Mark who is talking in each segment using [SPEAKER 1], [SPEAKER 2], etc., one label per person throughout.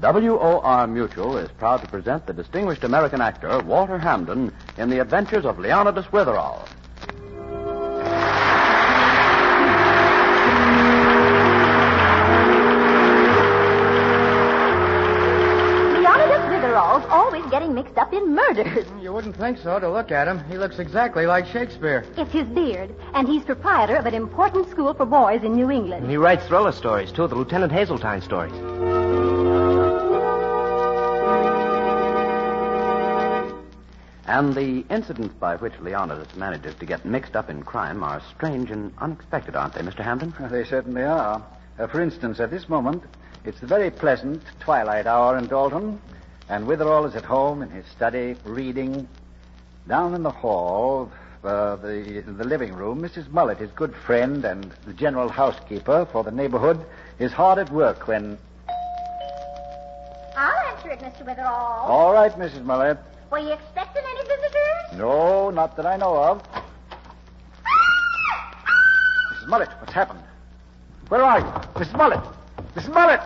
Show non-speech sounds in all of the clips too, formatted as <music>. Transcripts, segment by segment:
[SPEAKER 1] WOR Mutual is proud to present the distinguished American actor Walter Hamden in the adventures of Leonidas Witherall.
[SPEAKER 2] Leonidas Witherall's always getting mixed up in murders. <laughs>
[SPEAKER 3] You wouldn't think so to look at him. He looks exactly like Shakespeare.
[SPEAKER 2] It's his beard, and he's proprietor of an important school for boys in New England.
[SPEAKER 4] And he writes thriller stories, too, the Lieutenant Hazeltine stories.
[SPEAKER 1] And the incidents by which Leonidas manages to get mixed up in crime are strange and unexpected, aren't they, Mr. Hamden?
[SPEAKER 3] They certainly are. Uh, for instance, at this moment, it's the very pleasant twilight hour in Dalton, and Witherall is at home in his study, reading. Down in the hall, uh, the, the living room, Mrs. Mullet, his good friend and the general housekeeper for the neighborhood, is hard at work when.
[SPEAKER 5] I'll answer it, Mr. Witherall.
[SPEAKER 3] All right, Mrs. Mullet.
[SPEAKER 5] Were you expecting any visitors? Ah!
[SPEAKER 3] No, not that I know of. Mrs. Mullet, what's happened? Where are you? Mrs. Mullet! Mrs. Mullet!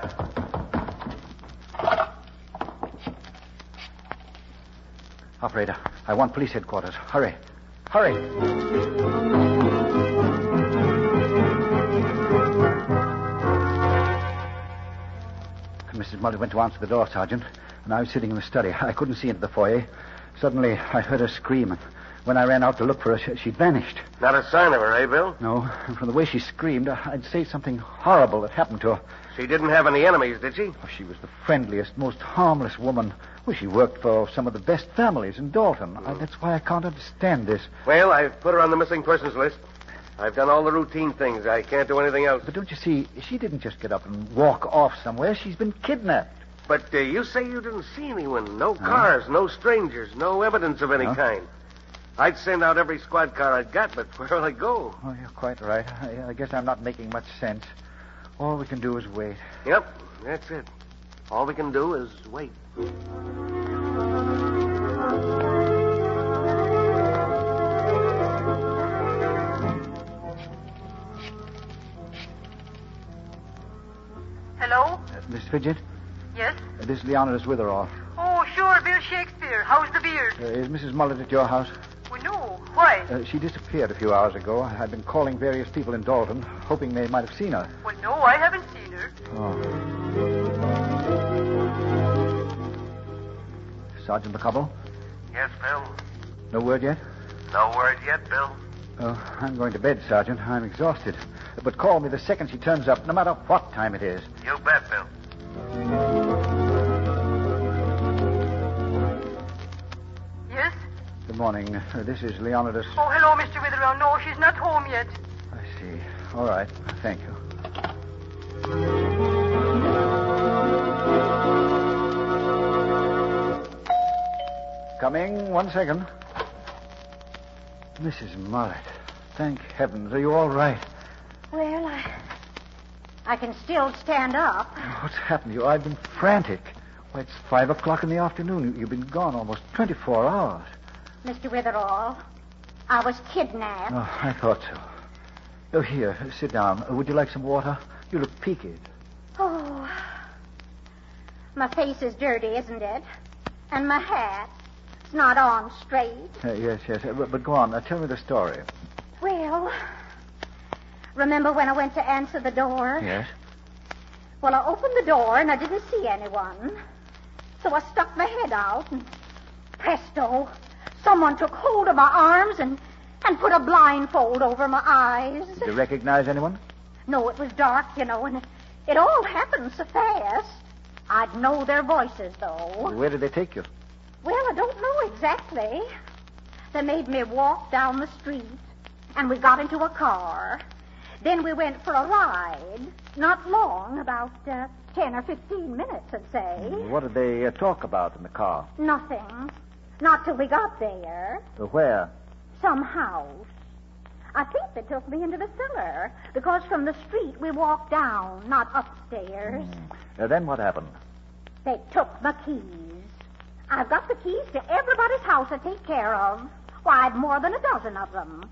[SPEAKER 3] Operator, I want police headquarters. Hurry. Hurry. Mrs. Mullet went to answer the door, Sergeant, and I was sitting in the study. I couldn't see into the foyer. Suddenly, I heard her scream, and when I ran out to look for her, she, she'd vanished.
[SPEAKER 6] Not a sign of her, eh, Bill?
[SPEAKER 3] No, and from the way she screamed, I- I'd say something horrible had happened to her.
[SPEAKER 6] She didn't have any enemies, did she?
[SPEAKER 3] Oh, she was the friendliest, most harmless woman. Well, she worked for some of the best families in Dalton. I, that's why I can't understand this.
[SPEAKER 6] Well, I've put her on the missing persons list. I've done all the routine things. I can't do anything else.
[SPEAKER 3] But don't you see, she didn't just get up and walk off somewhere. She's been kidnapped.
[SPEAKER 6] But uh, you say you didn't see anyone. No cars, no strangers, no evidence of any
[SPEAKER 3] Huh?
[SPEAKER 6] kind. I'd send out every squad car I'd got, but <laughs> where'll I go?
[SPEAKER 3] Oh, you're quite right. I, I guess I'm not making much sense. All we can do is wait.
[SPEAKER 6] Yep, that's it. All we can do is wait.
[SPEAKER 7] Hello?
[SPEAKER 3] Uh, Miss Fidget,
[SPEAKER 7] Yes?
[SPEAKER 3] uh, this is Leonidas Witherall.
[SPEAKER 7] Oh, sure, Bill Shakespeare. How's the beard?
[SPEAKER 3] Uh, is Mrs. Mullet at your house?
[SPEAKER 7] Well, no. Why?
[SPEAKER 3] Uh, she disappeared a few hours ago. I've been calling various people in Dalton, hoping they might have seen her.
[SPEAKER 7] Well, no, I haven't seen her.
[SPEAKER 3] Oh. Sergeant McCobble,
[SPEAKER 6] Yes, Bill.
[SPEAKER 3] no word yet?
[SPEAKER 6] No word yet, Bill.
[SPEAKER 3] Oh, I'm going to bed, Sergeant. I'm exhausted. But call me the second she turns up, no matter what time it is.
[SPEAKER 6] You bet, Bill.
[SPEAKER 7] Yes?
[SPEAKER 3] Good morning. Uh, this is Leonidas.
[SPEAKER 7] Oh, hello, Mr. Witherell. No, she's not home yet.
[SPEAKER 3] I see. All right. Thank you. Coming. One second. Mrs. Mullet. Thank heavens. Are you all right?
[SPEAKER 5] Well, I. I can still stand up.
[SPEAKER 3] What's happened to you? I've been frantic. Why, it's five o'clock in the afternoon. You- You've been gone almost 24 hours.
[SPEAKER 5] Mr. Witherall, I was kidnapped.
[SPEAKER 3] Oh, I thought so. Oh, here, sit down. Uh, Would you like some water? You look peaked.
[SPEAKER 5] Oh. My face is dirty, isn't it? And my hat. It's not on straight.
[SPEAKER 3] Uh, yes, yes. Uh, but, but go on. Uh, tell me the story.
[SPEAKER 5] Well. Remember when I went to answer the door?
[SPEAKER 3] Yes?
[SPEAKER 5] Well, I opened the door and I didn't see anyone. So I stuck my head out and presto, someone took hold of my arms and, and put a blindfold over my eyes.
[SPEAKER 3] Did you recognize anyone?
[SPEAKER 5] No, it was dark, you know, and it all happened so fast. I'd know their voices, though.
[SPEAKER 3] Where did they take you?
[SPEAKER 5] Well, I don't know exactly. They made me walk down the street, and we got into a car. Then we went for a ride. Not long, about uh, 10 or 15 minutes, I'd say.
[SPEAKER 3] What did they uh, talk about in the car?
[SPEAKER 5] Nothing. Not till we got there.
[SPEAKER 3] Uh, where?
[SPEAKER 5] Some house. I think they took me into the cellar, because from the street we walked down, not upstairs.
[SPEAKER 3] Uh, then what happened?
[SPEAKER 5] They took my keys. I've got the keys to everybody's house I take care of. Why, I've more than a dozen of them.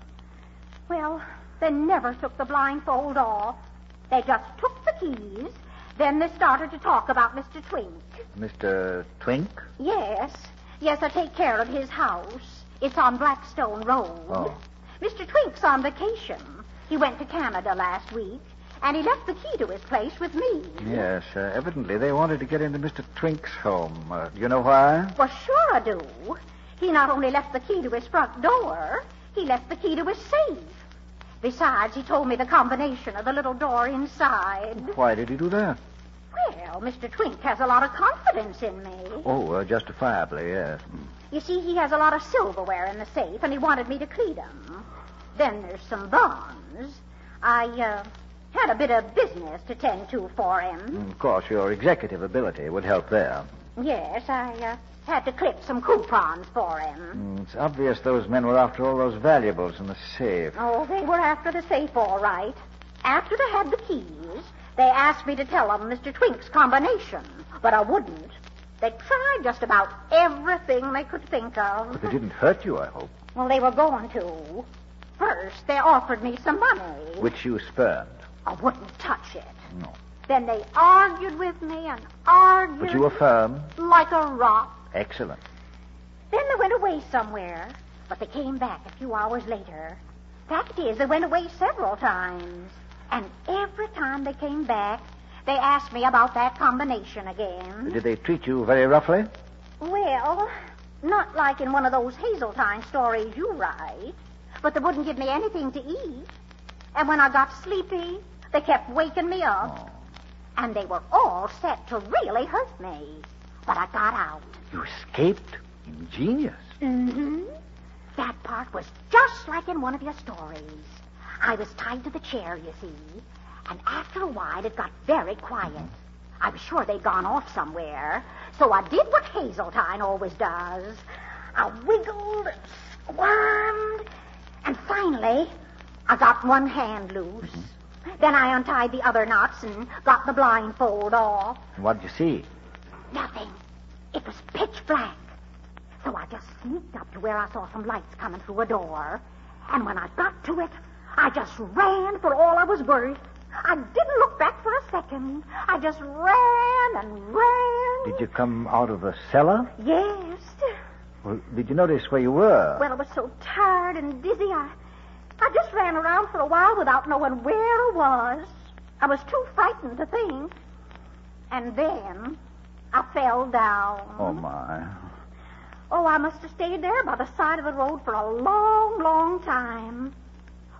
[SPEAKER 5] Well, they never took the blindfold off. They just took the keys. Then they started to talk about Mr. Twink.
[SPEAKER 3] Mr. Twink?
[SPEAKER 5] Yes. Yes, I take care of his house. It's on Blackstone Road.
[SPEAKER 3] Oh.
[SPEAKER 5] Mr. Twink's on vacation. He went to Canada last week, and he left the key to his place with me.
[SPEAKER 3] Yes, uh, evidently they wanted to get into Mr. Twink's home. Uh, do you know why?
[SPEAKER 5] Well, sure I do. He not only left the key to his front door, he left the key to his safe. Besides, he told me the combination of the little door inside.
[SPEAKER 3] Why did he do that?
[SPEAKER 5] Well, Mr. Twink has a lot of confidence in me.
[SPEAKER 3] Oh, uh, justifiably, yes. Hmm.
[SPEAKER 5] You see, he has a lot of silverware in the safe, and he wanted me to clean 'em. Then there's some bonds. I, uh, had a bit of business to tend to for him.
[SPEAKER 3] Of course, your executive ability would help there.
[SPEAKER 5] Yes, I, uh, had to clip some coupons for him.
[SPEAKER 3] Mm, It's obvious those men were after all those valuables in the safe.
[SPEAKER 5] Oh, they were after the safe, all right. After they had the keys, they asked me to tell 'em Mr. Twink's combination, but I wouldn't. They tried just about everything they could think of.
[SPEAKER 3] But they didn't hurt you, I hope.
[SPEAKER 5] Well, they were going to. First, they offered me some money.
[SPEAKER 3] Which you spurned.
[SPEAKER 5] I wouldn't touch it.
[SPEAKER 3] No.
[SPEAKER 5] Then they argued with me and argued
[SPEAKER 3] But you were firm.
[SPEAKER 5] like a rock.
[SPEAKER 3] Excellent.
[SPEAKER 5] Then they went away somewhere, but they came back a few hours later. Fact is, they went away several times. And every time they came back, they asked me about that combination again.
[SPEAKER 3] Did they treat you very roughly?
[SPEAKER 5] Well, not like in one of those Hazeltine stories you write, but they wouldn't give me anything to eat. And when I got sleepy, they kept waking me up.
[SPEAKER 3] Oh.
[SPEAKER 5] And they were all set to really hurt me. But I got out.
[SPEAKER 3] You escaped? Ingenious.
[SPEAKER 5] Mm-hmm. That part was just like in one of your stories. I was tied to the chair, you see, and after a while it got very quiet. I was sure they'd gone off somewhere, so I did what Hazeltine always does. I wiggled and squirmed, and finally I got one hand loose. Then I untied the other knots and got the blindfold off.
[SPEAKER 3] And what did you see?
[SPEAKER 5] Nothing. It was pitch black. So I just sneaked up to where I saw some lights coming through a door. And when I got to it, I just ran for all I was worth. I didn't look back for a second. I just ran and ran.
[SPEAKER 3] Did you come out of the cellar?
[SPEAKER 5] Yes.
[SPEAKER 3] Well, did you notice where you were?
[SPEAKER 5] Well, I was so tired and dizzy, I, I just ran around for a while without knowing where I was. I was too frightened to think. And then I fell down.
[SPEAKER 3] oh, my.
[SPEAKER 5] Oh, I must have stayed there by the side of the road for a long, long time.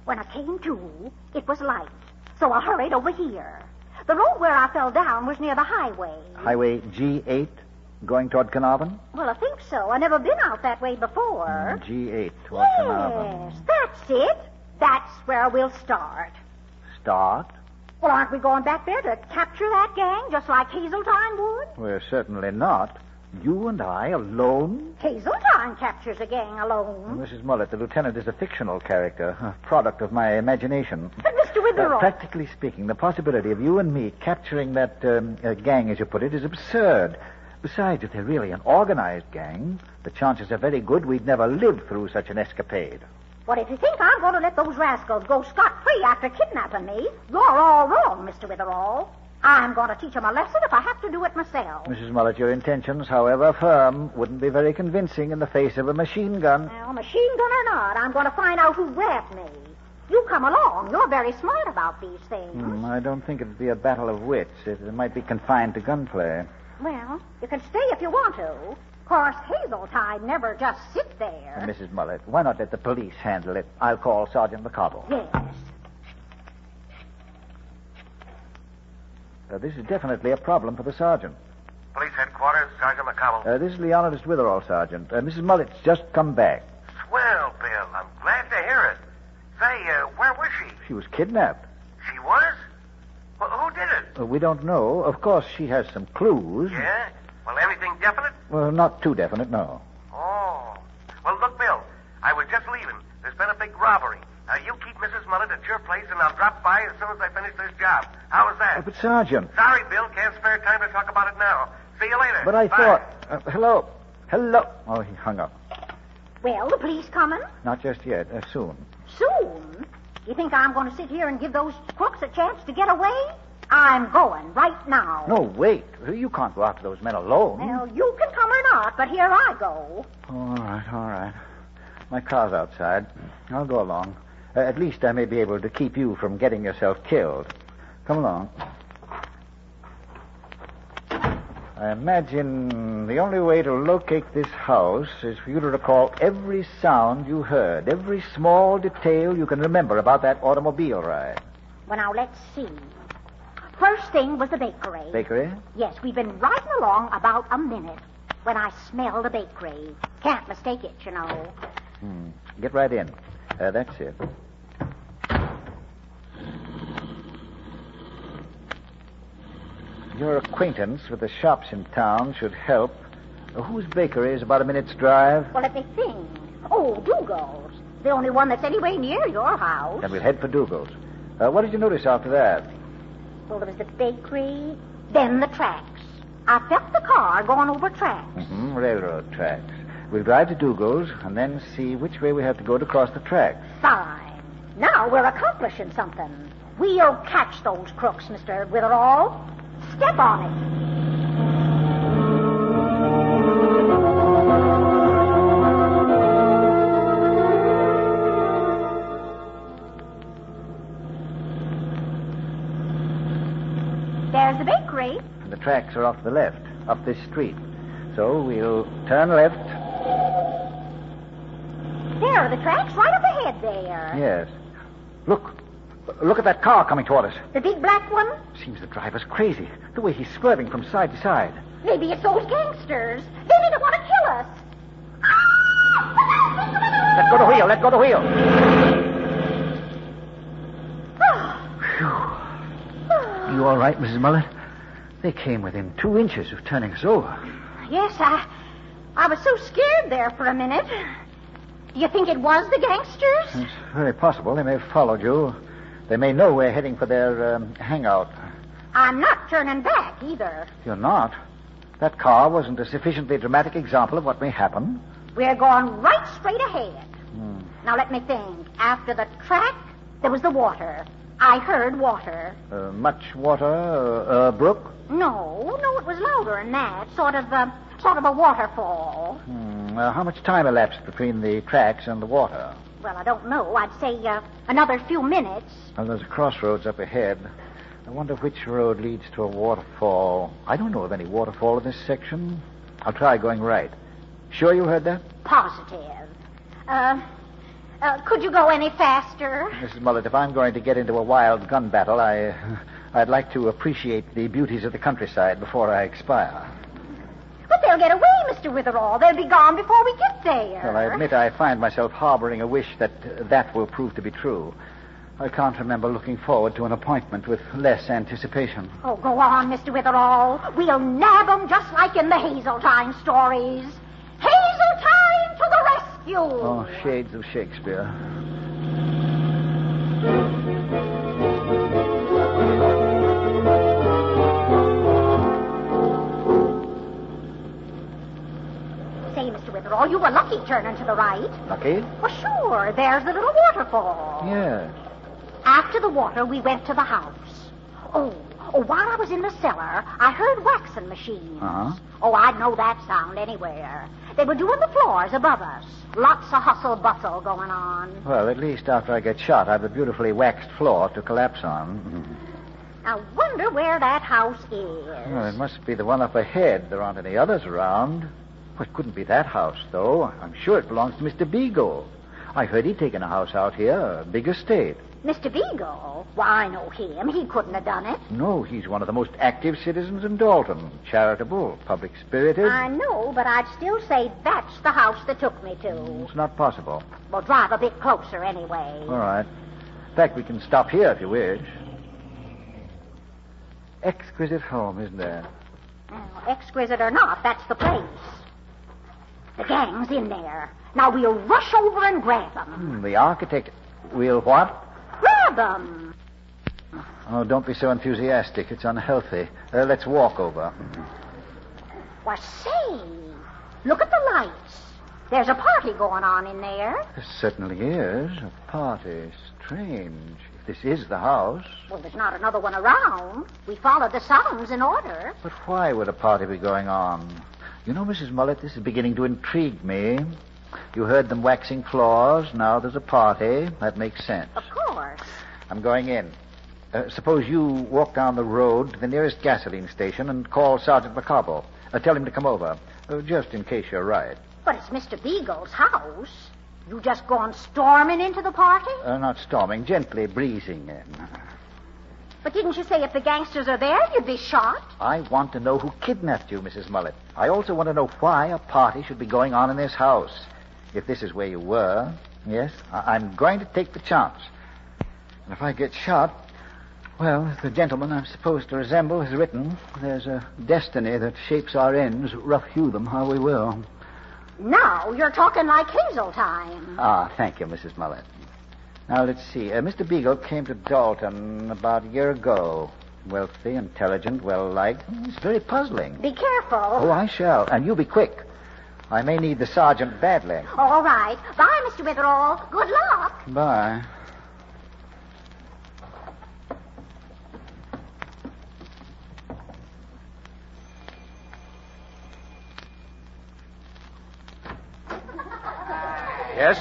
[SPEAKER 5] When I came to, it was light, so I hurried over here. The road where I fell down was near the highway.
[SPEAKER 3] Highway G8 going toward Carnarvon?
[SPEAKER 5] Well, I think so. I've never been out that way before.
[SPEAKER 3] G8 toward
[SPEAKER 5] Yes,
[SPEAKER 3] Carnarvon.
[SPEAKER 5] that's it. That's where we'll start.
[SPEAKER 3] Start?
[SPEAKER 5] Well, aren't we going back there to capture that gang just like Hazeltine would?
[SPEAKER 3] Well, certainly not. You and I alone?
[SPEAKER 5] Hazeltine captures a gang alone.
[SPEAKER 3] Mrs. Mullet, the lieutenant is a fictional character, a product of my imagination.
[SPEAKER 5] But, Mr.
[SPEAKER 3] Uh,
[SPEAKER 5] Witherall,
[SPEAKER 3] practically speaking, the possibility of you and me capturing that um, uh, gang, as you put it, is absurd. Besides, if they're really an organized gang, the chances are very good we'd never live through such an escapade.
[SPEAKER 5] Well, if you think I'm going to let those rascals go scot-free after kidnapping me, you're all wrong, Mr. Witherall. I'm going to teach 'em a lesson if I have to do it myself.
[SPEAKER 3] Mrs. Mullet, your intentions, however firm, wouldn't be very convincing in the face of a machine gun.
[SPEAKER 5] Now, machine gun or not, I'm going to find out who grabbed me. You come along. You're very smart about these things.
[SPEAKER 3] Hmm, I don't think it'd be a battle of wits. It, it might be confined to gunplay.
[SPEAKER 5] Well, you can stay if you want to. Of course, Hazeltide never just sit there.
[SPEAKER 3] And Mrs. Mullet, why not let the police handle it? I'll call Sergeant McCobble.
[SPEAKER 5] Yes.
[SPEAKER 3] Uh, this is definitely a problem for the sergeant.
[SPEAKER 6] Police headquarters, Sergeant McCobble.
[SPEAKER 3] Uh, this is Leonidas Witherall, Sergeant. Uh, Mrs. Mullet's just come back.
[SPEAKER 6] Swell, Bill. I'm glad to hear it. Say, uh, where was she?
[SPEAKER 3] She was kidnapped.
[SPEAKER 6] She was? Well, who did it?
[SPEAKER 3] Uh, we don't know. Of course, she has some clues.
[SPEAKER 6] Yeah? Well, anything definite?
[SPEAKER 3] Well, not too definite, no.
[SPEAKER 6] Oh. Well, look, Bill. I was just leaving. There's been a big robbery. Now, you keep Mrs. Mullet at your place, and I'll drop by as soon as I finish this job. How's
[SPEAKER 3] Uh,
[SPEAKER 6] that?
[SPEAKER 3] but, Sergeant.
[SPEAKER 6] Sorry, Bill. Can't spare time to talk about it now. See you later.
[SPEAKER 3] But I
[SPEAKER 6] Bye.
[SPEAKER 3] thought. Uh, hello. Hello. Oh, he hung up.
[SPEAKER 5] Well, the police coming?
[SPEAKER 3] Not just yet. Uh, soon.
[SPEAKER 5] Soon? You think I'm going to sit here and give those crooks a chance to get away? I'm going right now.
[SPEAKER 3] No, wait. You can't go after those men alone.
[SPEAKER 5] Well, you can come or not, but here I go.
[SPEAKER 3] All right, all right. My car's outside. I'll go along. Uh, at least I may be able to keep you from getting yourself killed. Come along. I imagine the only way to locate this house is for you to recall every sound you heard, every small detail you can remember about that automobile ride.
[SPEAKER 5] Well, now let's see. First thing was the bakery.
[SPEAKER 3] Bakery?
[SPEAKER 5] Yes, we've been riding along about a minute when I smelled a bakery. Can't mistake it, you know.
[SPEAKER 3] Hmm. Get right in. Uh, that's it. Your acquaintance with the shops in town should help. Uh, Whose bakery is about a minute's drive?
[SPEAKER 5] Well, let me think. Oh, Dougal's. The only one that's anywhere near your house.
[SPEAKER 3] Then we'll head for Dougal's. Uh, what did you notice after that?
[SPEAKER 5] Well, there was the bakery, then the tracks. I felt the car going over tracks.
[SPEAKER 3] hmm Railroad tracks. We'll drive to Dougal's and then see which way we have to go to cross the tracks.
[SPEAKER 5] Fine. Now we're accomplishing something. We'll catch those crooks, Mr. Witherall. Step on it. There's the bakery.
[SPEAKER 3] And the tracks are off to the left, up this street. So we'll turn left
[SPEAKER 5] There are the tracks right up ahead there.
[SPEAKER 3] Yes. Look. Look at that car coming toward us.
[SPEAKER 5] The big black one?
[SPEAKER 3] Seems the driver's crazy. The way he's swerving from side to side.
[SPEAKER 5] Maybe it's those gangsters. They didn't want to kill us. Ah!
[SPEAKER 3] Let go the wheel. Let go the wheel. You all right, Mrs. Mullet? They came within two inches of turning us over.
[SPEAKER 5] <sighs> yes, I, I was so scared there for a minute. Do you think it was the gangsters?
[SPEAKER 3] It's very possible they may have followed you. They may know we're heading for their um, hangout.
[SPEAKER 5] I'm not turning back either.
[SPEAKER 3] If you're not, that car wasn't a sufficiently dramatic example of what may happen.
[SPEAKER 5] We're going right straight ahead. Now let me think. After the track, there was the water. I heard water.
[SPEAKER 3] Uh, much water, uh, uh, brook.
[SPEAKER 5] No, no, it was louder than that. Sort of, uh, sort of a waterfall.
[SPEAKER 3] Hmm, uh, how much time elapsed between the tracks and the water?
[SPEAKER 5] Well, I don't know. I'd say uh, another few minutes.
[SPEAKER 3] Well, there's a crossroads up ahead. I wonder which road leads to a waterfall. I don't know of any waterfall in this section. I'll try going right. Sure you heard that?
[SPEAKER 5] Positive. Uh, uh, could you go any faster?
[SPEAKER 3] Mrs. Mullet, if I'm going to get into a wild gun battle, I, uh, I'd like to appreciate the beauties of the countryside before I expire.
[SPEAKER 5] But they'll get away, Mr. Witherall. They'll be gone before we get there.
[SPEAKER 3] Well, I admit I find myself harboring a wish that uh, that will prove to be true. I can't remember looking forward to an appointment with less anticipation.
[SPEAKER 5] Oh, go on, Mr. Witherall. We'll nab 'em just like in the Hazeltine stories. Hazeltine to the rescue!
[SPEAKER 3] Oh, shades of Shakespeare.
[SPEAKER 5] Say, Mr. Witherall, you were lucky turning to the right.
[SPEAKER 3] Lucky?
[SPEAKER 5] Well, sure, there's the little waterfall.
[SPEAKER 3] Yes.
[SPEAKER 5] After the water, we went to the house. Oh, oh while I was in the cellar, I heard waxing machines.
[SPEAKER 3] Uh-huh.
[SPEAKER 5] Oh, I'd know that sound anywhere. They were doing the floors above us. Lots of hustle bustle going on.
[SPEAKER 3] Well, at least after I get shot, I've a beautifully waxed floor to collapse on.
[SPEAKER 5] I wonder where that house is.
[SPEAKER 3] Well, it must be the one up ahead. There aren't any others around. Well, it couldn't be that house, though. I'm sure it belongs to Mr. Beagle. I heard he'd taken a house out here, a big estate.
[SPEAKER 5] Mr. Beagle? Why, I know him. He couldn't have done it.
[SPEAKER 3] No, he's one of the most active citizens in Dalton. Charitable, public spirited.
[SPEAKER 5] I know, but I'd still say that's the house that took me to.
[SPEAKER 3] It's not possible.
[SPEAKER 5] Well, drive a bit closer anyway.
[SPEAKER 3] All right. In fact, we can stop here if you wish. Exquisite home, isn't there?
[SPEAKER 5] Now, Uh, exquisite or not, that's the place. The gang's in there. Now we'll rush over and grab 'em.
[SPEAKER 3] Hmm, the architect will what?
[SPEAKER 5] Grab 'em.
[SPEAKER 3] Oh, don't be so enthusiastic. It's unhealthy. Uh, let's walk over.
[SPEAKER 5] Why, say, look at the lights. There's a party going on in there.
[SPEAKER 3] There certainly is. A party. Strange. If this is the house.
[SPEAKER 5] Well, there's not another one around. We followed the sounds in order.
[SPEAKER 3] But why would a party be going on? You know, Mrs. Mullet, this is beginning to intrigue me. You heard them waxing floors. Now there's a party. That makes sense.
[SPEAKER 5] Of course.
[SPEAKER 3] I'm going in. Uh, suppose you walk down the road to the nearest gasoline station and call Sergeant Macobo. Uh, tell him to come over, uh, just in case you're right.
[SPEAKER 5] But it's Mr. Beagle's house. You just gone storming into the party?
[SPEAKER 3] Uh, not storming, gently breezing in.
[SPEAKER 5] But didn't you say if the gangsters are there, you'd be shot?
[SPEAKER 3] I want to know who kidnapped you, Mrs. Mullet. I also want to know why a party should be going on in this house. If this is where you were, yes, I- I'm going to take the chance. And if I get shot, well, as the gentleman I'm supposed to resemble has written, there's a destiny that shapes our ends, rough hew them how we will.
[SPEAKER 5] Now you're talking like Hazeltine.
[SPEAKER 3] Ah, thank you, Mrs. Mullet. Now, let's see. Uh, Mr. Beagle came to Dalton about a year ago. Wealthy, intelligent, well liked. It's very puzzling.
[SPEAKER 5] Be careful.
[SPEAKER 3] Oh, I shall. And you be quick. I may need the sergeant badly.
[SPEAKER 5] All right. Bye, Mr. Witherall. Good luck.
[SPEAKER 3] Bye.
[SPEAKER 4] Yes?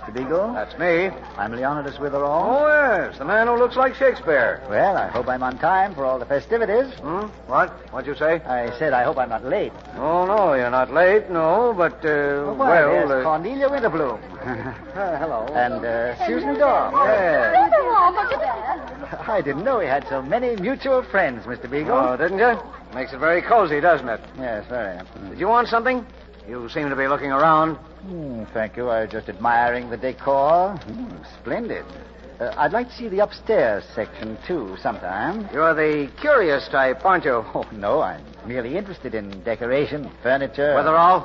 [SPEAKER 3] Mr. Beagle? uh,
[SPEAKER 6] That's me. Oh,
[SPEAKER 3] I'm Leonidas Witherall.
[SPEAKER 6] yes, the man who looks like Shakespeare.
[SPEAKER 3] Well, I hope I'm on time for all the festivities.
[SPEAKER 6] Hmm? What? What'd you say?
[SPEAKER 3] I said I hope I'm not late.
[SPEAKER 6] Oh, no, you're not late, no, but, uh,
[SPEAKER 3] Why,
[SPEAKER 6] well...
[SPEAKER 3] there's
[SPEAKER 6] uh,
[SPEAKER 3] Cornelia
[SPEAKER 6] <laughs>
[SPEAKER 3] Winterbloom.
[SPEAKER 6] hello.
[SPEAKER 3] and uh, Susan Daw.
[SPEAKER 6] Yeah.
[SPEAKER 2] Witherall, look at that.
[SPEAKER 3] I didn't know we had so many mutual friends, Mr. Beagle.
[SPEAKER 6] Oh, didn't you? Makes it very cozy, doesn't it?
[SPEAKER 3] yes, very.
[SPEAKER 6] Did you want something? You seem to be looking around.
[SPEAKER 3] Hmm, thank you. I was just admiring the decor. Hmm, splendid. Uh, I'd like to see the upstairs section, too, sometime.
[SPEAKER 6] You're the curious type, aren't you? <laughs>
[SPEAKER 3] Oh, no, I'm merely interested in decoration, furniture.
[SPEAKER 6] Witherall,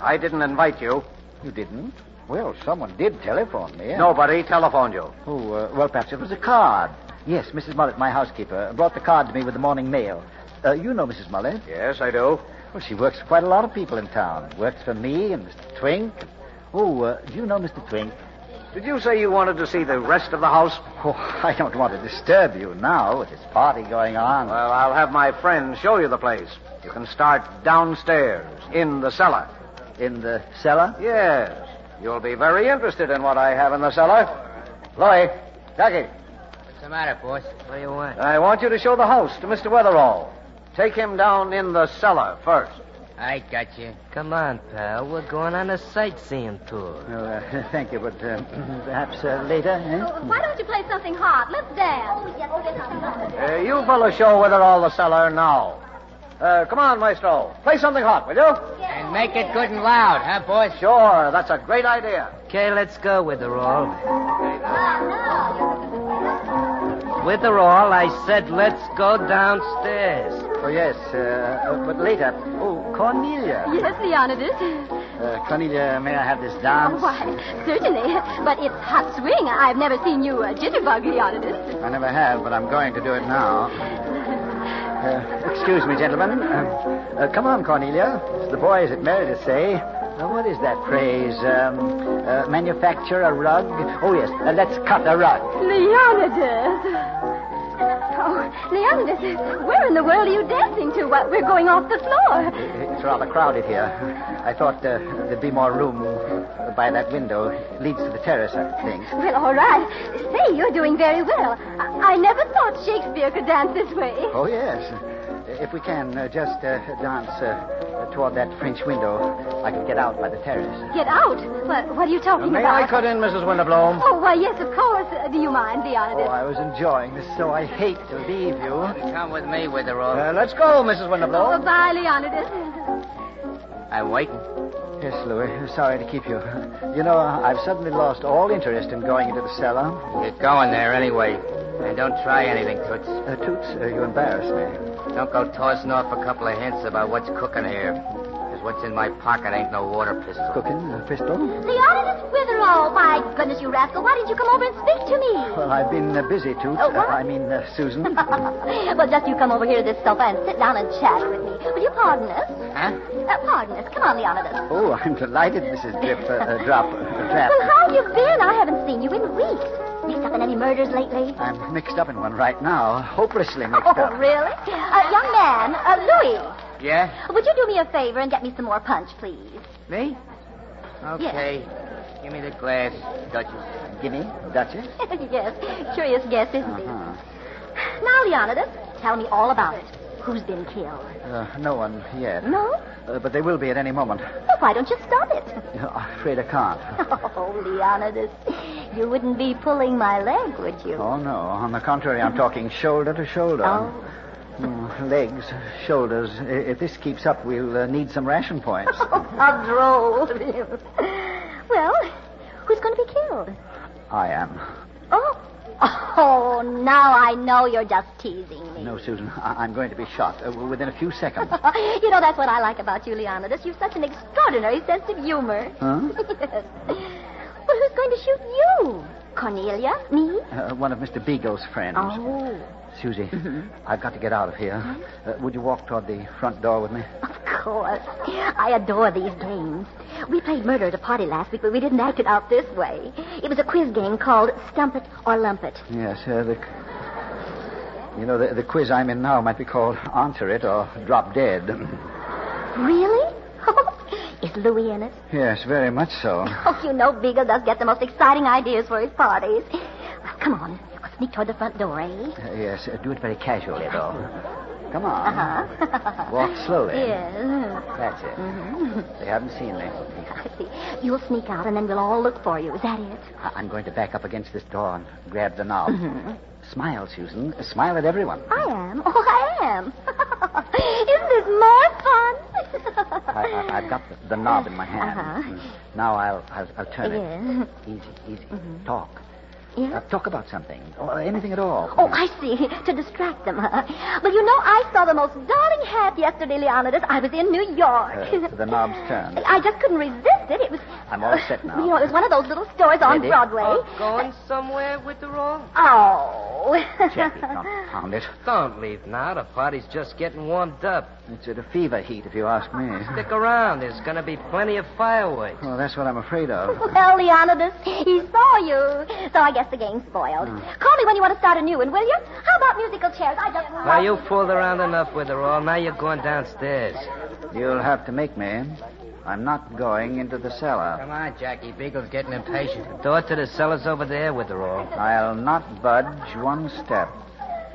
[SPEAKER 6] I didn't invite you.
[SPEAKER 3] You didn't? Well, someone did telephone me.
[SPEAKER 6] Nobody telephoned you.
[SPEAKER 3] Oh, uh, well, perhaps it was a card. Yes, Mrs. Mullet, my housekeeper, brought the card to me with the morning mail. Uh, you know Mrs. Mullet.
[SPEAKER 6] Yes, I do.
[SPEAKER 3] Well, she works for quite a lot of people in town. Works for me and Mr. Twink. Oh, uh, do you know Mr. Twink?
[SPEAKER 6] Did you say you wanted to see the rest of the house?
[SPEAKER 3] Oh, <laughs> I don't want to disturb you now with this party going on.
[SPEAKER 6] Well, I'll have my friend show you the place. You can start downstairs, in the cellar.
[SPEAKER 3] in the cellar?
[SPEAKER 6] Yes. You'll be very interested in what I have in the cellar. Loy, Ducky,
[SPEAKER 4] What's the matter, boss? What do you want?
[SPEAKER 6] I want you to show the house to Mr. Weatherall. Take him down in the cellar first.
[SPEAKER 4] I got you. Come on, pal. We're going on a sightseeing tour.
[SPEAKER 3] Well, uh, <laughs> thank you, but uh, perhaps uh, later,
[SPEAKER 5] Oh,
[SPEAKER 3] eh?
[SPEAKER 2] Why don't you play something hard? Let's dance.
[SPEAKER 6] Uh, you fellas show Weatherall the cellar now. Uh, come on, Maestro. Play something hot, will you?
[SPEAKER 4] And make it good and loud, huh, boss?
[SPEAKER 6] Sure, that's a great idea.
[SPEAKER 4] Okay, let's go, Witherall. Witherall, I said let's go downstairs.
[SPEAKER 3] Oh, yes, uh, uh, but later. Oh, Cornelia.
[SPEAKER 2] Yes, Leonidas.
[SPEAKER 3] Uh, Cornelia, may I have this
[SPEAKER 6] Um,
[SPEAKER 3] dance?
[SPEAKER 2] Why, certainly. But it's hot swing. I've never seen you uh, jitterbug, Leonidas.
[SPEAKER 3] I never have, but I'm going to do it now. Uh, excuse me, gentlemen. Uh, uh, come on, Cornelia. It's the boys at Meredith say. Uh, what is that phrase? Um, uh, manufacture a rug? Oh, yes, uh, let's cut a rug.
[SPEAKER 2] Leonidas. Oh, Leonidas, where in the world are you dancing to? What, we're going off the floor.
[SPEAKER 3] It's rather crowded here. I thought uh, there'd be more room by that window. Leads to the terrace, I think.
[SPEAKER 2] Well, all right. Say, you're doing very well. I, I never thought Shakespeare could dance this way.
[SPEAKER 3] Oh, yes. If we can, uh, just uh, dance uh, toward that French window. I can get out by the terrace.
[SPEAKER 2] Get out. What, what are you
[SPEAKER 5] Uh,
[SPEAKER 2] talking
[SPEAKER 6] May I
[SPEAKER 2] about?
[SPEAKER 6] cut in, Mrs. Winterblom?
[SPEAKER 2] Oh, why, yes, of course. Uh, do you mind,
[SPEAKER 3] Oh,
[SPEAKER 2] Leonidas?
[SPEAKER 3] I was enjoying this, so I hate to leave you.
[SPEAKER 4] Come with me, Witherall.
[SPEAKER 3] Uh, let's go, Mrs.
[SPEAKER 5] Oh,
[SPEAKER 3] Winterblom.
[SPEAKER 2] Goodbye, Leonidas.
[SPEAKER 4] I'm waiting.
[SPEAKER 3] Yes, Louis. I'm sorry to keep you. You know, I've suddenly lost all interest in going into the cellar.
[SPEAKER 4] Get going there anyway. And don't try anything, Toots.
[SPEAKER 3] Uh, Toots, uh, you embarrass me.
[SPEAKER 4] Don't go tossing off a couple of hints about what's cooking here. Because What's in my pocket ain't no water pistol.
[SPEAKER 3] Cooking, uh, a pistol.
[SPEAKER 5] Leonidas Witherall, my goodness, you rascal, why didn't you come over and speak to me? <laughs>
[SPEAKER 3] Well, I've been uh, busy, Toots.
[SPEAKER 5] Oh, what?
[SPEAKER 3] I mean, uh, Susan. <laughs>
[SPEAKER 5] well, just you come over here to this sofa and sit down and chatter with me. Will you pardon us?
[SPEAKER 3] Huh?
[SPEAKER 5] Uh, pardon us. Come on, Leonidas.
[SPEAKER 3] Oh, I'm delighted, Mrs. Drip, uh, uh, Drop, uh, Trap.
[SPEAKER 5] Well, how have you been? I haven't seen you in weeks. Mixed up in any murders lately? <laughs>
[SPEAKER 3] I'm mixed up in one right now, hopelessly mixed
[SPEAKER 5] Oh,
[SPEAKER 3] up.
[SPEAKER 5] really? Uh, young man, uh, Louis,
[SPEAKER 4] Yeah?
[SPEAKER 5] would you do me a favor and get me some more punch, please? <laughs>
[SPEAKER 4] Me? Okay. Give me the glass, Duchess.
[SPEAKER 3] Gimme, Duchess.
[SPEAKER 5] yes, curious guess, isn't it?
[SPEAKER 3] Uh-huh.
[SPEAKER 5] Now, Leonidas, tell me all about it. Who's been killed?
[SPEAKER 3] Uh, no one yet.
[SPEAKER 5] No?
[SPEAKER 3] Uh, but they will be at any moment. Uh,
[SPEAKER 5] Well, why don't you stop it? <laughs>
[SPEAKER 3] I'm afraid I can't.
[SPEAKER 5] Oh, Leonidas, you wouldn't be pulling my leg, would you? <laughs>
[SPEAKER 3] Oh, no. On the contrary, I'm talking shoulder to shoulder.
[SPEAKER 5] Oh.
[SPEAKER 3] Mm, legs, shoulders. I- If this keeps up, we'll uh, need some ration
[SPEAKER 5] <laughs>
[SPEAKER 3] points.
[SPEAKER 5] Oh, how droll of you. Well, who's going to be killed?
[SPEAKER 3] I am.
[SPEAKER 5] Oh. <laughs> Oh, now I know you're just teasing me.
[SPEAKER 3] No, Susan, I- I'm going to be shot uh, within a few seconds.
[SPEAKER 5] <laughs> you know, that's what I like about you, Leonidas. You've such an extraordinary sense of humor. <laughs>
[SPEAKER 3] Huh?
[SPEAKER 5] yes. Well, who's going to shoot you? Cornelia? Me?
[SPEAKER 3] Uh, one of Mr. Beagle's friends.
[SPEAKER 5] Oh,
[SPEAKER 3] Susie, I've got to get out of here.
[SPEAKER 5] Mm-hmm.
[SPEAKER 3] Uh, would you walk toward the front door with me?
[SPEAKER 5] of course. I adore these games. We played murder at a party last week, but we didn't act it out this way. It was a quiz game called Stump It or Lump It.
[SPEAKER 3] Yes, uh, the. You know, the, the quiz I'm in now might be called Answer It or Drop Dead.
[SPEAKER 5] Really? <laughs> Is Louis in it?
[SPEAKER 3] <clears throat> yes, very much so.
[SPEAKER 5] Oh, you know Beagle does get the most exciting ideas for his parties. Well, come on. We'll sneak toward the front door, eh?
[SPEAKER 3] Uh, yes, uh, do it very casually, though. Come on.
[SPEAKER 5] <laughs> Uh-huh.
[SPEAKER 3] Walk slowly.
[SPEAKER 5] Yes. Mm-hmm.
[SPEAKER 3] That's it. They haven't seen me.
[SPEAKER 5] I see. You'll sneak out, and then we'll all look for you. Is that it?
[SPEAKER 3] I- I'm going to back up against this door and grab the knob.
[SPEAKER 5] Mm-hmm.
[SPEAKER 3] Smile, Susan. Smile at everyone.
[SPEAKER 5] I am. Oh, I am. <laughs> Isn't this more fun?
[SPEAKER 3] I, I, I've got the, the knob in my hand.
[SPEAKER 5] Uh-huh.
[SPEAKER 3] Now I'll, I'll, I'll turn
[SPEAKER 5] Yeah.
[SPEAKER 3] it. Easy, easy. Talk.
[SPEAKER 5] Yeah?
[SPEAKER 3] Uh, talk about something, or anything at all.
[SPEAKER 5] Oh, I see. To distract them, huh? Well, you know, I saw the most darling hat yesterday, Leonidas. I was in New York.
[SPEAKER 3] Uh, the knob's turned.
[SPEAKER 5] <laughs> I just couldn't resist it. It was.
[SPEAKER 3] I'm all set now.
[SPEAKER 5] <laughs> You know, it was one of those little stores on
[SPEAKER 3] Ready?
[SPEAKER 5] Broadway.
[SPEAKER 4] Going somewhere with the roll?
[SPEAKER 5] Oh. <laughs>
[SPEAKER 3] Jackie, confound it.
[SPEAKER 4] Don't leave now. The party's just getting warmed up.
[SPEAKER 3] It's at a fever heat, if you ask me.
[SPEAKER 4] Stick around. There's going to be plenty of fireworks.
[SPEAKER 3] Well, that's what I'm afraid of.
[SPEAKER 5] Well, Leonidas, he saw you. So I guess the game's spoiled. Call me when you want to start a new one, will you? How about musical chairs? I just
[SPEAKER 4] Now, you fooled around enough with her all. Now you're going downstairs.
[SPEAKER 3] You'll have to make me. I'm not going into the cellar.
[SPEAKER 4] Come on, Jackie. Beagle's getting impatient. The door to the cellar's over there with her all.
[SPEAKER 3] I'll not budge one step.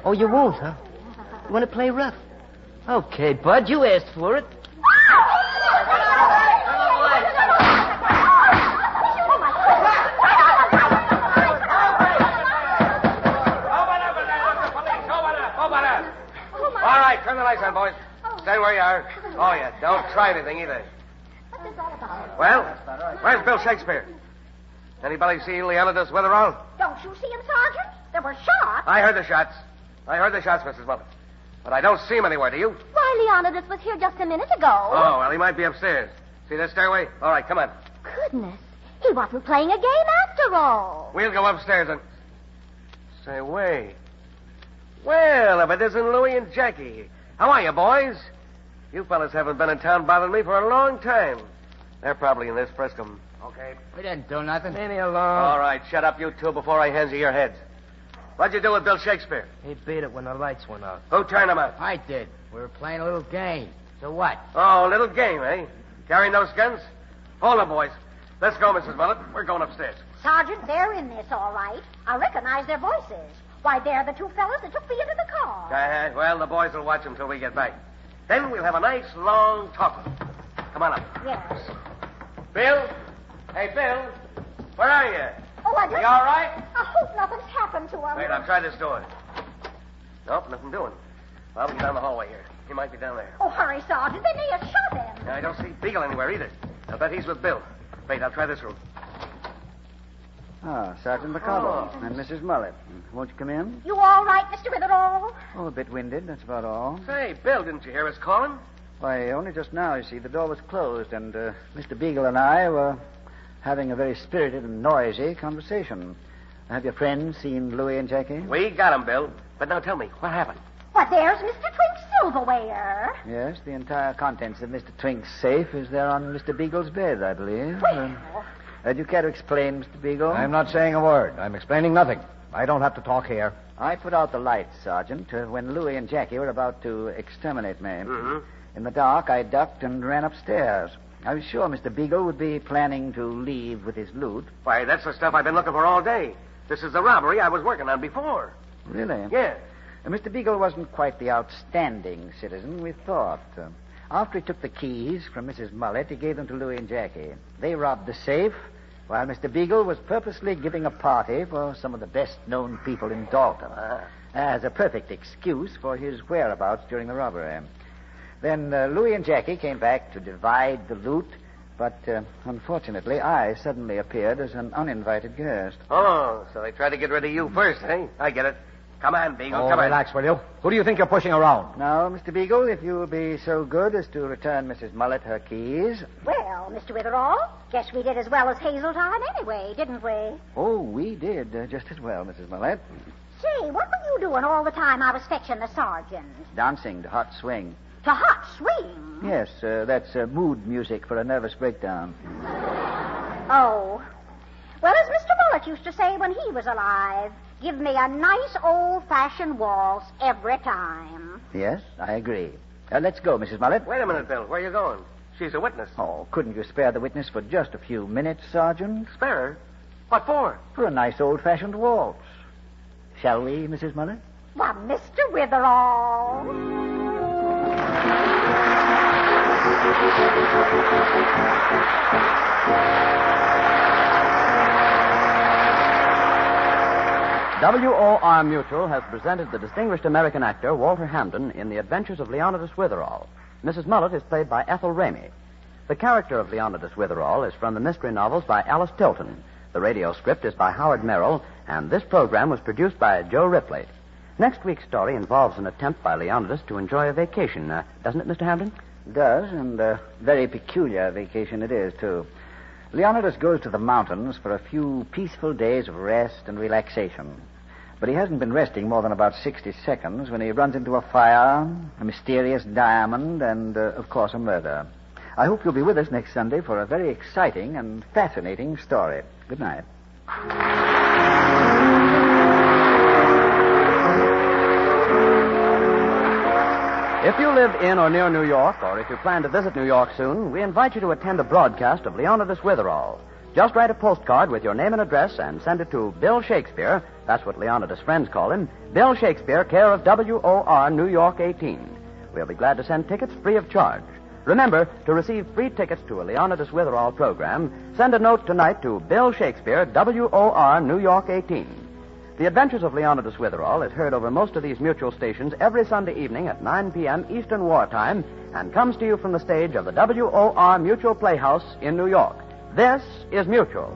[SPEAKER 4] Oh, you won't, huh? You want to play rough? Okay, Bud, you asked for it.
[SPEAKER 6] Open up and let the police. Open up. Open up. All right, turn the lights on, boys. Stay where you are. Oh, yeah. Don't try anything either. Well, where's Bill Shakespeare? Anybody see Leonidas Witherall?
[SPEAKER 8] Don't you see him, Sergeant? There were shots.
[SPEAKER 6] I heard the shots. I heard the shots, Mrs. Muller. But I don't see him anywhere, do you?
[SPEAKER 5] Why, Leonidas was here just a minute ago.
[SPEAKER 6] Oh, well, he might be upstairs. See that stairway? All right, come on.
[SPEAKER 5] Goodness, he wasn't playing a game after all.
[SPEAKER 6] We'll go upstairs and. Say, wait. Well, if it isn't Louie and Jackie. How are you, boys? You fellas haven't been in town bothering me for a long time. They're probably in this Friscom. Okay.
[SPEAKER 4] We didn't do nothing. Leave me alone.
[SPEAKER 6] All right, shut up, you two, before I hands you your heads. What'd you do with Bill Shakespeare?
[SPEAKER 4] He beat it when the lights went out.
[SPEAKER 6] Who turned him out?
[SPEAKER 4] I did. We were playing a little game. So what?
[SPEAKER 6] Oh, little game, eh? Carrying those guns? Hold on, boys. Let's go, Mrs. Mullet. We're going upstairs.
[SPEAKER 8] Sergeant, they're in this, all right. I recognize their voices. Why, they're the two fellows that took me into the car.
[SPEAKER 6] Uh, well, the boys will watch him till we get back. Then we'll have a nice long talk. Come on up.
[SPEAKER 8] Yes.
[SPEAKER 6] Bill? Hey, Bill? Where are you?
[SPEAKER 8] Oh, I
[SPEAKER 6] You
[SPEAKER 8] don't...
[SPEAKER 6] all right?
[SPEAKER 8] I hope nothing's happened to him.
[SPEAKER 6] Wait, I'll try this door. Nope, nothing doing. Well, we'll go down the hallway here. He might be down there.
[SPEAKER 8] Oh, hurry, Sergeant. They may have shot him.
[SPEAKER 6] I don't see Beagle anywhere either. I bet he's with Bill. Wait, I'll try this room.
[SPEAKER 3] Ah, Sergeant McConnell and Mrs. Mullet. Won't you come in?
[SPEAKER 8] You all right, Mr. Witherall?
[SPEAKER 3] Oh, a bit winded, that's about all.
[SPEAKER 6] Say, Bill, didn't you hear us calling?
[SPEAKER 3] Why, only just now, you see, the door was closed, and uh, Mr. Beagle and I were having a very spirited and noisy conversation. Have your friends seen Louis and Jackie?
[SPEAKER 6] We got him, Bill. But now tell me, what happened?
[SPEAKER 5] Why, there's Mr. Twink's silverware.
[SPEAKER 3] Yes, the entire contents of Mr. Twink's safe is there on Mr. Beagle's bed, I believe. Um, uh, do you care to explain, Mr. Beagle?
[SPEAKER 9] I'm not saying a word. I'm explaining nothing. I don't have to talk here.
[SPEAKER 3] I put out the lights, Sergeant, uh, when Louis and Jackie were about to exterminate me.
[SPEAKER 9] Mm.
[SPEAKER 6] Mhm.
[SPEAKER 3] In the dark, I ducked and ran upstairs. I was sure Mr. Beagle would be planning to leave with his loot.
[SPEAKER 6] Why, that's the stuff I've been looking for all day. This is the robbery I was working on before.
[SPEAKER 3] Really?
[SPEAKER 6] Yeah.
[SPEAKER 3] Uh, Mr. Beagle wasn't quite the outstanding citizen we thought. Uh, after he took the keys from Mrs. Mullet, he gave them to Louis and Jackie. They robbed the safe, while Mr. Beagle was purposely giving a party for some of the best known people in Dalton as a perfect excuse for his whereabouts during the robbery. Then uh, Louis and Jackie came back to divide the loot, but uh, unfortunately, I suddenly appeared as an uninvited guest.
[SPEAKER 6] Oh, so they tried to get rid of you first, eh? I get it. Come on, Beagle.
[SPEAKER 9] oh,
[SPEAKER 6] come on.
[SPEAKER 9] relax, will you? Who do you think you're pushing around?
[SPEAKER 3] Now, Mr. Beagle, if you will be so good as to return Mrs. Mullet her keys.
[SPEAKER 5] Well, Mr. Witherall, guess we did as well as Hazeltine anyway, didn't we?
[SPEAKER 3] Oh, we did uh, just as well, Mrs. Mullet.
[SPEAKER 5] Say, what were you doing all the time I was fetching the sergeant?
[SPEAKER 3] Dancing to hot swing.
[SPEAKER 5] To hot swing.
[SPEAKER 3] Yes, uh, that's uh, mood music for a nervous breakdown.
[SPEAKER 5] Oh. Well, as Mr. Bullock used to say when he was alive, give me a nice old fashioned waltz every time.
[SPEAKER 3] Yes, I agree. Uh, let's go, Mrs. Mullet.
[SPEAKER 6] Wait a minute, Bill. Where are you going? She's a witness.
[SPEAKER 3] Oh, couldn't you spare the witness for just a few minutes, Sergeant?
[SPEAKER 6] Spare her? What for?
[SPEAKER 3] For a nice old fashioned waltz. Shall we, Mrs. Mullet?
[SPEAKER 5] Why, Mr. Witherall.
[SPEAKER 1] WOR Mutual has presented the distinguished American actor Walter Hamden in The Adventures of Leonidas Witherall. Mrs. Mullet is played by Ethel Ramey. The character of Leonidas Witherall is from the mystery novels by Alice Tilton. The radio script is by Howard Merrill, and this program was produced by Joe Ripley. Next week's story involves an attempt by Leonidas to enjoy a vacation, uh, doesn't it, Mr. Hamden?
[SPEAKER 3] Does, and a very peculiar vacation it is, too. Leonidas goes to the mountains for a few peaceful days of rest and relaxation. But he hasn't been resting more than about 60 seconds when he runs into a fire, a mysterious diamond, and, uh, of course, a murder. I hope you'll be with us next Sunday for a very exciting and fascinating story. Good night.
[SPEAKER 1] If you live in or near New York, or if you plan to visit New York soon, we invite you to attend a broadcast of Leonidas Witherall. Just write a postcard with your name and address and send it to Bill Shakespeare. That's what Leonidas' friends call him. Bill Shakespeare, care of WOR New York 18. We'll be glad to send tickets free of charge. Remember, to receive free tickets to a Leonidas Witherall program, send a note tonight to Bill Shakespeare, WOR New York 18. The Adventures of Leonidas Witherall is heard over most of these mutual stations every Sunday evening at 9 p.m. Eastern Wartime and comes to you from the stage of the WOR Mutual Playhouse in New York. This is Mutual.